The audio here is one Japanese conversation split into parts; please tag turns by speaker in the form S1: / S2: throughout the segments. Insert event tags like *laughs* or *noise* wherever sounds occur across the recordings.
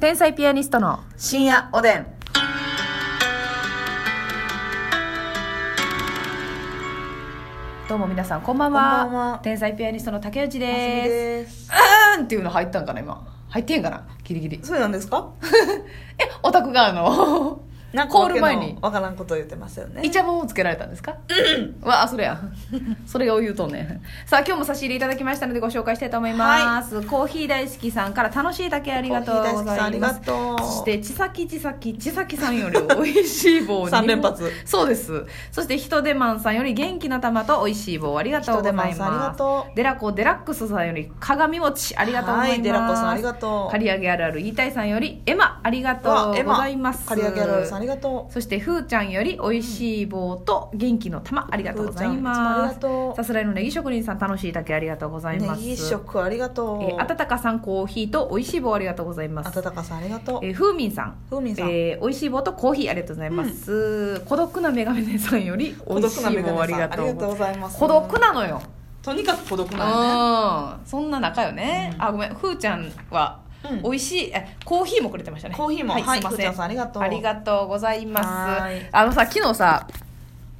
S1: 天才ピアニストの
S2: 深夜おでん。
S1: どうも皆さんこんばん
S2: こんばん
S1: は
S2: は
S1: 天才ピアニストの竹内です
S2: です。
S1: うーんっていうの入ったんかな今入ってんかなギリギリ
S2: そうなんですか？
S1: えオタクがあの
S2: なんか
S1: コール前に
S2: わけのわからんこと言ってますよね
S1: イ。チャモンをつけられたんですかうんわあそれやそれを言うとんねんさあ今日も差し入れいただきましたのでご紹介したいと思います、コーヒー大好きさんから楽しいだけありがとうございます
S2: コーヒー大好きさんありがとう
S1: そしてちさきちさきちさきさん
S2: *laughs*
S1: より美味しい棒に
S2: 三連発
S1: そうですそしてひとでまんさんより元気の玉と美味しい棒ありがとうございます
S2: ひとでまんさんありがとう
S1: デラコデラックスさんより鏡餅ありがとうございます、
S2: はいデラコさんありがとう
S1: 刈り上げあるある言いたいさんよりエマありがと
S2: わ
S1: う
S2: エ
S1: ご
S2: マ
S1: ざいます
S2: 刈り上げロイさんありがとう。
S1: そしてふーちゃんよりおいしい棒と元気の玉ありがとうございま
S2: ふー
S1: す
S2: ちゃんいつもありがとう
S1: さすらいのネギ職人さん楽しいだけありがとうござい
S2: ネ
S1: ます
S2: ギ食ありがと
S1: えー
S2: う。
S1: あたたかさんコーヒーとおいしい棒ありがとうございます
S2: あたたかさんありがとう。
S1: えー、ふーみんさん
S2: ふーみんさん
S1: えーおいしい棒とコーヒーありがとうございます、孤独なメガネさんよりお
S2: 孤
S1: い
S2: 独
S1: し
S2: ないメガネ
S1: 棒
S2: さん
S1: ありがとう
S2: ありがとうございます
S1: 孤独なのよ
S2: とにかく孤独
S1: う
S2: なん
S1: んそんな仲よね、あごめんふーちゃんは
S2: うん
S1: おいしいえコーヒーもくれてましたね
S2: コーヒーもはい
S1: すいま
S2: ふー
S1: せ
S2: ち
S1: ん
S2: ゃんさんありがとう
S1: ありがとうございま
S2: は
S1: す
S2: い
S1: あのさ昨日さ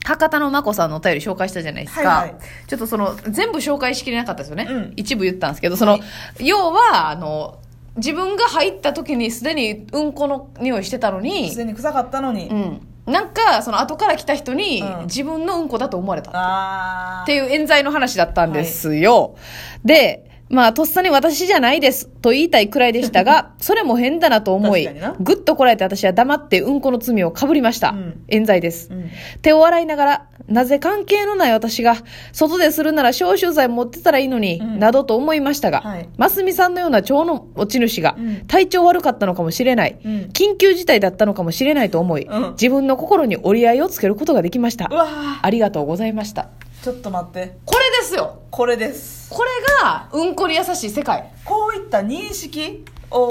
S1: 博多のまこさんのお便り紹介したじゃないですか、
S2: はいはい
S1: ちょっとその全部紹介しきれなかったですよね、
S2: うん
S1: 一部言ったんですけどその、
S2: はい
S1: 要はあの自分が入った時にすでにうんこの匂いしてたの
S2: ね。す
S1: に、
S2: でに臭かったのに。
S1: うん、なんかその後から来た人に、
S2: うん
S1: 自分のうんこだと思われた
S2: ああ。
S1: っていう冤罪の話だったんですよ。で、まあ、とっさに私じゃないですと言いたいくらいでしたが、
S2: *laughs*
S1: それも変だなと思い
S2: 確かにな、
S1: ぐっとこらえて私は黙ってうんこの罪をかぶりました。
S2: うん
S1: 冤罪です。
S2: うん。
S1: 手を洗いながら、なぜ関係のない私が、外でするなら消臭剤持ってたらいいのに、
S2: うん
S1: などと思いましたが、
S2: はい
S1: ますみさんのような蝶の落ち主が
S2: うん、
S1: 体調悪かったのかもしれない、
S2: うん
S1: 緊急事態だったのかもしれないと思い、
S2: うん
S1: 自分の心に折り合いをつけることができました
S2: う。わー
S1: ありがとうございました。
S2: ちょっと待って。
S1: これですよ
S2: これです。
S1: これがうんこに優しい世界
S2: こういった認識
S1: *laughs*
S2: を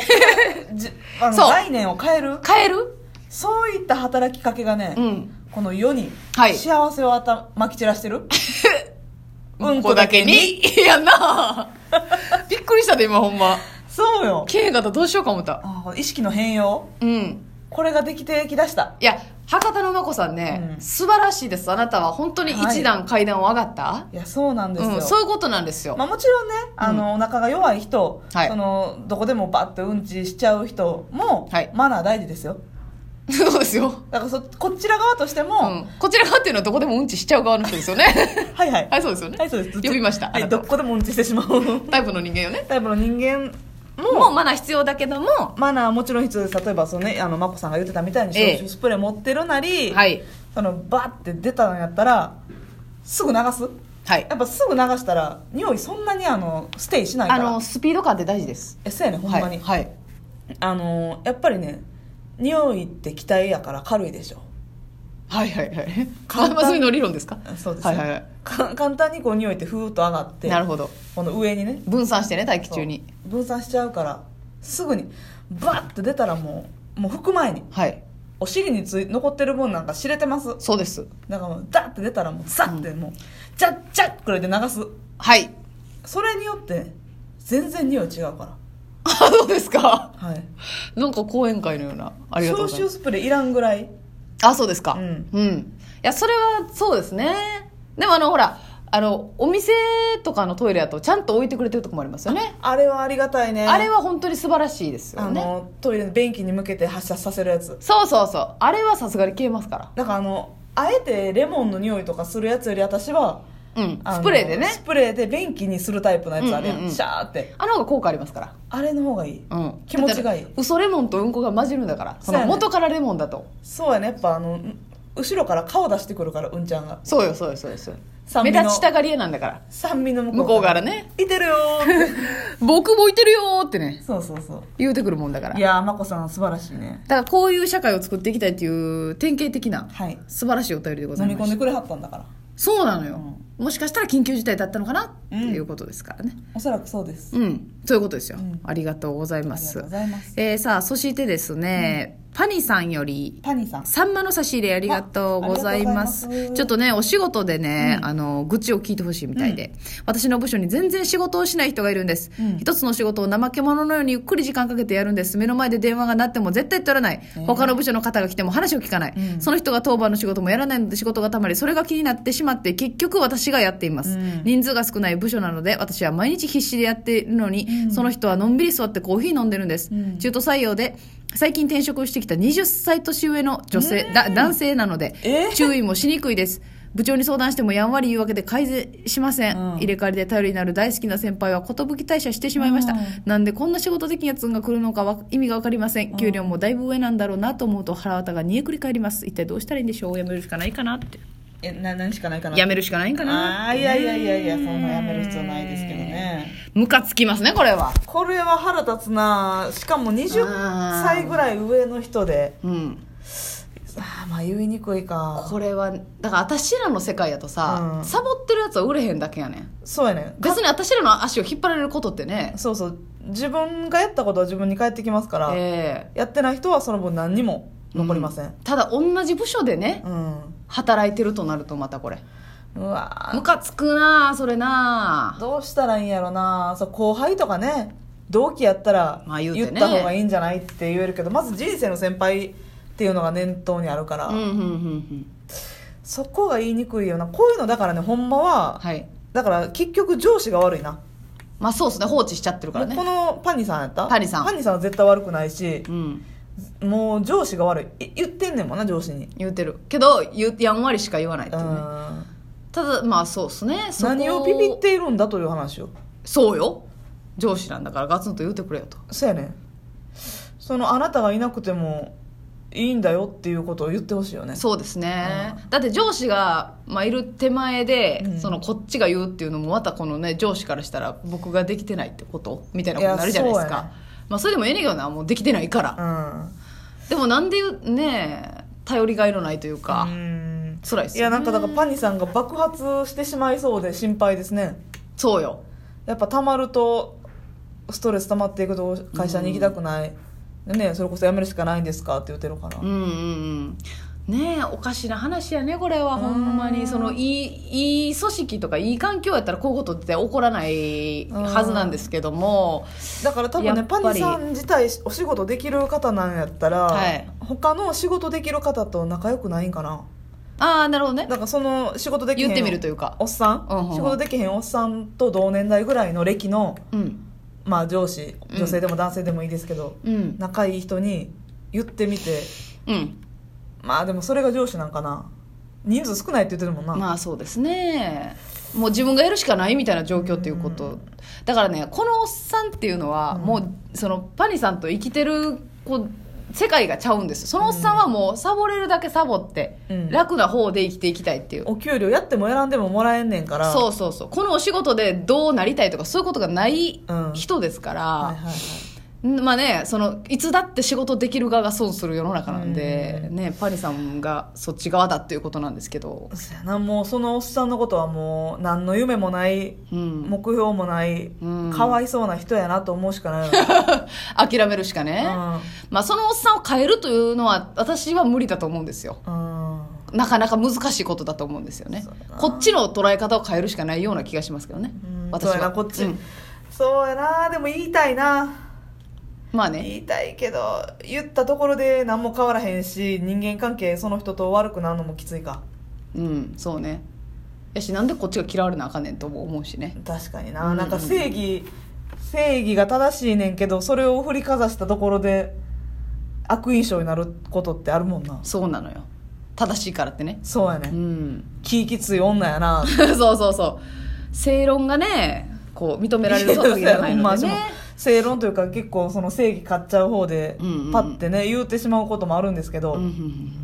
S2: じあの
S1: そう
S2: 概念を変える。
S1: 変える
S2: そういった働きかけがね。
S1: うん
S2: この世に
S1: はい
S2: 幸せをあたまき散らしてる
S1: *laughs* うんこだけにいや
S2: *laughs*
S1: なあびっくりしたで今ほんま
S2: そうよ
S1: 経営型どうしようか思った
S2: あー意識の変容
S1: うん
S2: これができてきだした
S1: いや博多のまこさんね、
S2: うん
S1: 素晴らしいですあなたは本当に
S2: はい
S1: 一段階段を上がった、
S2: いやそうなんですよ、
S1: うん、そういうことなんですよ、
S2: まあ、もちろんねあの、お腹が弱い人、
S1: はい
S2: そのどこでもバッとうんちしちゃう人も、
S1: はい
S2: マナー大事ですよ
S1: そうですよ、
S2: だからそこちら側として
S1: う
S2: も、
S1: ん、こちら側っていうのはどこでもうんちしちゃう側の人ですよね
S2: *laughs* はいはい
S1: はいそうですよね、
S2: はいそうです
S1: 呼びました
S2: は
S1: あないた
S2: ど
S1: は
S2: こでもうんち *laughs* してしまう
S1: タイプの人間よね
S2: タイプの人間
S1: もうマナー必要だけども
S2: マナーはもちろん必要です例えばそのねあの眞子さんが言ってたみたいに
S1: ええ
S2: 消臭スプレー持ってるなり、
S1: はい
S2: そのバッて出たのやったらすぐ流す
S1: はい
S2: やっぱすぐ流したら匂いそんなにあのステイしないか
S1: あ
S2: ら
S1: のスピード感って大事です
S2: えそうやねほんまに、
S1: はいはい
S2: あのやっぱりね匂いって気体やから軽いでしょ
S1: はいはいはい。
S2: 簡単
S1: まあ、そういうの理論ですか。
S2: そうです
S1: は
S2: ね
S1: いはいはい。
S2: か簡単にこう匂いってふーっと上がって
S1: なるほど。
S2: この上にね
S1: 分散してね、大気
S2: そう
S1: 中に。
S2: 分散しちゃうからすぐにバッて出たらもうもう拭く前に
S1: はい。
S2: お尻につい残ってる分なんか知れてます
S1: そうです。
S2: だからもうダッて出たらもうザッてもう、ジャッジャッくらいで流す
S1: はい。 *laughs*
S2: それによって全然匂い違うか。
S1: あ、そうですから
S2: はい
S1: なんか講演会のような。ありがとうご
S2: 消
S1: ざいま
S2: 臭
S1: す。
S2: スプレーいらんぐらい
S1: あ、そうですか。
S2: うん
S1: うん。いや、それはそうですね。でも、あの、ほら。あの、お店とかのトイレだと、ちゃんと置いてくれてるとこもありますよね。
S2: あれはありがたいね
S1: あれは本当に素晴らしいですよ
S2: あ
S1: ね。
S2: のトイレの便器に向けて発射させるやつ
S1: そうそうそう。あれはさすがに消えますか
S2: だからあのあえてレモンの匂いとかするやつより私は
S1: ら。うん。
S2: あの
S1: スプレーでね。
S2: スプレーで便器にするタイプのやつあるやん、
S1: うんうんうん
S2: シャーって
S1: あの方が効果ありますから。
S2: あれの方がいい
S1: うん、
S2: 気持ちがいい
S1: だって嘘レモンとうんこが混じるんだからそ
S2: そうや
S1: の
S2: ね
S1: 元からレモンだと
S2: そうやねやっぱあの後ろから顔出してくるからうんちゃんが
S1: そうよそうよそうよそうよ
S2: 酸
S1: 目
S2: 味の
S1: 立ちたがり屋なんだから
S2: 酸味の向こう
S1: 向こうからね
S2: いてるよーって
S1: 僕もいてるよーってね
S2: そうそうそ
S1: *laughs* 言うてくるもんだから
S2: うい
S1: だか
S2: やーまこさん素晴らしいね
S1: らこういう社会を作っていきたいっていう典型的な
S2: はい
S1: 素晴らしいお便りでござ
S2: 飲
S1: い
S2: み
S1: ま
S2: 込
S1: し
S2: んで
S1: た
S2: くれはったんだから
S1: そうなのよ、もしかしたら緊急事態だったのかなっていうことですからね
S2: おそらくそうです
S1: うん、そういうことですよ、
S2: うん
S1: ありがとうございま
S2: ありがと
S1: す
S2: うございます
S1: えーさあそしてですね、パニさんより
S2: パニーさん
S1: サンマの差し入れありがとうございます
S2: あありがとうございます
S1: ちょっとねお仕事でね、
S2: うん
S1: あの愚痴を聞いてほしいみたいで、私の部署に全然仕事をしない人がいるんです、
S2: うん
S1: 一つの仕事を怠け者のようにゆっくり時間かけてやるんです目の前で電話が鳴っても絶対取らない、
S2: え
S1: 他の部署の方が来ても話を聞かない、
S2: うん
S1: その人が当番の仕事もやらないので仕事がたまりそれが気になってしまって結局私がやっています、
S2: うん
S1: 人数が少ない部署なので私は毎日必死でやっているのに、
S2: うん
S1: その人はのんびり座ってコーヒー飲んでるんです、
S2: うん
S1: 中途採用で最近転職してきた20歳年上の女性、だ男性なので、
S2: えー
S1: 注意もしにくいです部長に相談してもやんわり言うわけで改善しません、
S2: うん
S1: 入れ替わりで頼りになる大好きな先輩は寿退社してしまいました、
S2: うん
S1: なんでこんな仕事的なやつが来るのかは意味が分かりません給料もだいぶ上なんだろうなと思うと腹渡が煮えくり返ります一体どうしたらいいんでしょうやめるしかないかなって
S2: えな何しかないかな
S1: やめるしかないんかな
S2: あーいやいやいやいやそんなやめる必要ないですけどね
S1: ムカつきますねこれは
S2: これは腹立つなしかも
S1: あー
S2: 20歳ぐらい上の人で
S1: うん
S2: あーまあ言いにくいか
S1: これはだから私らの世界やとさ、
S2: うん
S1: サボってるやつは売れへんだけやねん
S2: そうやねん
S1: 別に私らの足を引っ張られることってね
S2: そうそう自分がやったことは自分に返ってきますから、
S1: ええ
S2: やってない人はその分何にも残りません
S1: ただ同じ部署でね
S2: うん、
S1: 働いてるとなるとまたこれ
S2: うわ
S1: ムカつくなあそれ
S2: ー
S1: なあ
S2: どうしたらいいんやろなそう後輩とかね同期やったら
S1: まあ言うて
S2: 言
S1: ね
S2: った方がいいんじゃないって言えるけどまず人生の先輩っていうのが念頭にあるから、
S1: うんうんうんうん
S2: そこが言いにくいよなこういうのだからねほんまは、
S1: はい
S2: だから結局上司が悪いな、
S1: まあそうですね放置しちゃってるから
S2: もうこ
S1: ね
S2: のパニさんやった
S1: パニさん
S2: パニさんは絶対悪くないし
S1: う、ん
S2: もう上司が悪いい言ってんねんもんな上司に、
S1: 言うてるけど言うやんわりしか言わないって
S2: う
S1: いうね
S2: ん
S1: ただまあそうですねそこ
S2: 何をビビっているんだという話を
S1: そうよ上司なんだからガツンと言うてくれよと
S2: そうやねんそのあなたがいなくてもいいんだよっていうことを言ってほしいよね
S1: そうですね、だって上司が、まあ、いる手前で、
S2: うん
S1: そのこっちが言うっていうのもまたこのね上司からしたら僕ができてないってことみたいなことになるじゃないです
S2: いやそう
S1: か
S2: やね
S1: まあ、それでもええねんけどなもうできてないから、
S2: うん
S1: でもなんで言うね頼りがいのないというか、
S2: うん
S1: 辛いっす
S2: い
S1: よ、
S2: や
S1: ね、
S2: なんかだからパニさんが爆発してしまいそうで心配ですね
S1: そうよ
S2: やっぱ溜まるとストレス溜まっていくと会社に行きたくない、でねそれこそ辞めるしかないんですかって言ってるから、
S1: うんうんうんねえおかしな話やねこれはほんま
S2: う
S1: に
S2: ん
S1: そのいいいい組織とかいい環境やったらこういうことって起こらないはずなんですけども、
S2: だから多分
S1: や
S2: ね
S1: っ
S2: パ
S1: ぱり
S2: ニさん自体お仕事できる方なんやったら、
S1: はい
S2: 他の仕事できる方と仲良くないんかな
S1: ああなるほどね
S2: だからその仕事できへん
S1: 言ってみるというか
S2: おっさん、
S1: うんうんうん
S2: 仕事できへんおっさんと同年代ぐらいの歴の、
S1: うん
S2: まあ、上司
S1: うん
S2: 女性でも男性でもいいですけど、
S1: うん
S2: 仲いい人に言ってみて
S1: うん
S2: まあでもそれが上司なんかな人数少ないって言ってるもんな、
S1: まあそうですねもう自分がやるしかないみたいな状況っていうこと、
S2: うん
S1: だからねこのおっさんっていうのは、
S2: うん
S1: もうそのパニさんと生きてるこう世界がちゃうんですそのおっさんはもうサボれるだけサボって、
S2: うん
S1: 楽な方で生きていきたいっていう、
S2: お給料やってもやらんでももらえんねんから
S1: そうそうそうこのお仕事でどうなりたいとかそういうことがない
S2: うん
S1: 人ですか
S2: はい
S1: ら、
S2: はいはい
S1: んまあねそのいつだって仕事できる側が損する世の中なんで、
S2: うん
S1: ねパニさんがそっち側だっていうことなんですけど、
S2: そやなもうそのおっさんのことはもう何の夢もない
S1: うん、
S2: 目標もない、
S1: うん
S2: かわいそうな人やなと思うし
S1: *laughs*
S2: かないよ
S1: 諦めるしかね、
S2: ね
S1: まあ、そのおっさんを変えるというのは私は無理だと思うんですよ
S2: うん、うん
S1: なかなか難しいことだと思うんですよね
S2: そうだな
S1: こっちの捉え方を変えるしかないような気がしますけどね、
S2: うん
S1: 私
S2: そう
S1: は
S2: やなこっち、
S1: うん
S2: そうやなでも言いたいな
S1: まあね
S2: 言いたいけど言ったところで何も変わらへんし人間関係その人と悪くなるのもきついか
S1: うんそうねやしなんでこっちが嫌われなあかんねんとも思うしね
S2: 確かに
S1: うん
S2: な、
S1: うん
S2: なんか正義正義が正しいねんけどそれを振りかざしたところで悪印象になることってあるもんな
S1: そうなのよ正しいからってね
S2: そうや
S1: う
S2: ね
S1: ん
S2: 気きつい女やな
S1: *laughs* そうそうそう正論がねこう認められるそうじゃない
S2: *laughs*
S1: のでね
S2: 正論というか結構その正義買っちゃう方で
S1: うんうんうん
S2: パッてね言うてしまうこともあるんですけど、
S1: うんうんうん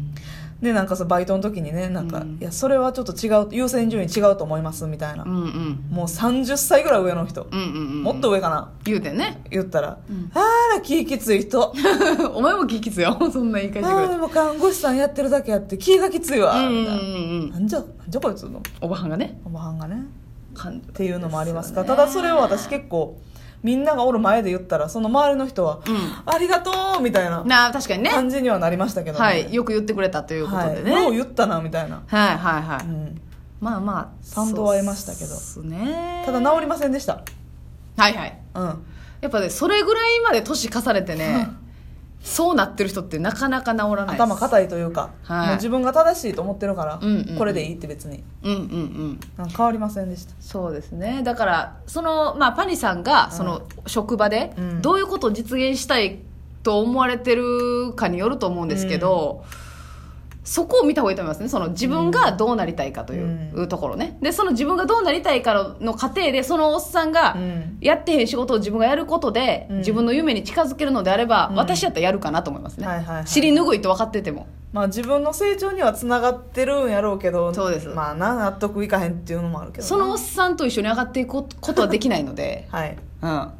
S2: でなんかさバイトの時にねなんか、
S1: うん
S2: いやそれはちょっと違う優先順位違うと思いますみたいな、
S1: うんうん
S2: もう30歳ぐらい上の人、
S1: うんうんうん
S2: もっと上かな
S1: 言うてんね *laughs*
S2: 言ったら、
S1: うん
S2: あら気きつい人
S1: お前も聞きつよ *laughs* そんな言い
S2: あ
S1: 返してくれ
S2: ー
S1: て
S2: でも看護師さんやってるだけやって気がきついわ、
S1: うんうん
S2: みたい
S1: うんうん
S2: ななんじゃなんじゃこいつの
S1: おばはんがね
S2: おばはんがね
S1: 感じ
S2: っていうのもありますから、
S1: ね
S2: ただそれを私結構みんながおる前で言ったらその周りの人は「
S1: う
S2: ありがとう」みたいな
S1: なあ確かにね
S2: 感じにはなりましたけどね
S1: はいよく言ってくれたということでね、
S2: はい
S1: は
S2: よ
S1: いう
S2: 言ったなみたいな、
S1: はいは
S2: う
S1: い、
S2: ん、
S1: まあまあ
S2: 賛同は得ましたけど
S1: そうっすね
S2: ただ治りませんでした
S1: はいはい
S2: うん
S1: やっぱねそれぐらいまで年重ねて
S2: *laughs*
S1: ねそうなってる人ってなかなか治らないです
S2: 頭固いというか、
S1: はい
S2: もう自分が正しいと思ってるから、
S1: うんうんうん
S2: これでいいって別に
S1: うんうんうん
S2: なんか変わりませんでした
S1: そうですねだからその、まあ、パニさんがその職場で
S2: うん
S1: どういうことを実現したいと思われてるかによると思うんですけど、そこを見た方がいいと思いますねその自分がどうなりたいかという
S2: う
S1: ところね、でその自分がどうなりたいかの過程でそのおっさんが
S2: うん
S1: やってへん仕事を自分がやることで、
S2: うん
S1: 自分の夢に近づけるのであれば、
S2: うん
S1: 私やったらやるかなと思いますね、
S2: はいはいはい
S1: 尻拭いと分かってても
S2: まあ自分の成長にはつながってるんやろうけど
S1: そうです
S2: まあな納得いかへんっていうのもあるけどな
S1: そのおっさんと一緒に上がっていくことはできないので
S2: はい
S1: うん、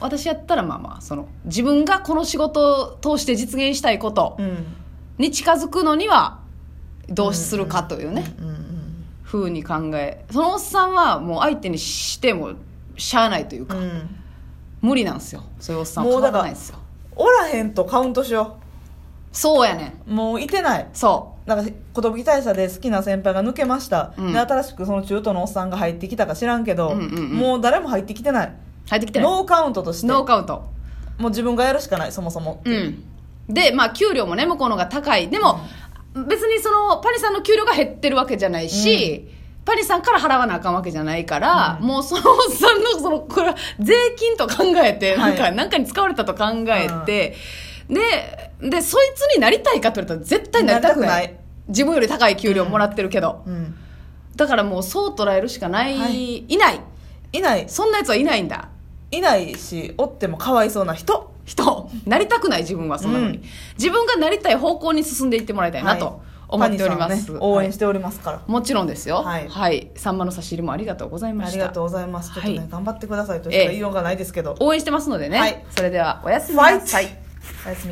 S1: 私やったらまあまあその自分がこの仕事を通して実現したいこと
S2: うん
S1: に近づくのにはどうするかというね、
S2: うんうん
S1: ふうに考えそのおっさんはもう相手にしてもしゃあないという
S2: う
S1: か、
S2: ん
S1: 無理なんですよそういうおっさんは変
S2: もう
S1: わ
S2: だから
S1: らないですよ
S2: おらへんとカウントしよ
S1: そうやねん
S2: うもういてない
S1: そ
S2: なんか寿大社で好きな先輩が抜けました、
S1: うん
S2: で新しくその中途のおっさんが入ってきたか知らんけど、
S1: うんうんうん
S2: もう誰も入ってきてないう
S1: 入ってきてない
S2: ノーカウントとして
S1: ノー
S2: も
S1: カウント
S2: う自分がやるしかないそもそも
S1: うんでまあ給料もね向こうの方が高いでも、別にそのパリさんの給料が減ってるわけじゃないし、パリさんから払わなあかんわけじゃないから、もうそのおっさんのそのこれは税金と考えて
S2: は
S1: ないんか、なんかに使われたと考えて、ででそいつになりたいかと言われたら絶対なりたくない
S2: なりたくない
S1: 自分より高い給料もらってるけど、
S2: うん
S1: だからもうそう捉えるしかない、、
S2: はい
S1: ない
S2: いない
S1: そんなやつはいないんだ
S2: いないしおってもかわいそうな人
S1: 人なりたくない自分はそんなのに、
S2: うん
S1: 自分がなりたい方向に進んでいってもらいたいな
S2: はい
S1: と思っておりま
S2: 谷
S1: す、
S2: さんをね、応援
S1: は
S2: しておりますから、
S1: いもちろんですよ
S2: は
S1: はいい、さんまの差し入れもありがとうございま
S2: あ
S1: し
S2: り
S1: た
S2: がとうございますちょっとね、
S1: はい
S2: 頑張ってくださいとしか言いようがないですけど、
S1: 応援してますのでね、
S2: はい
S1: それではおやすみ
S2: ファイ
S1: な
S2: ト
S1: さい
S2: おやすみ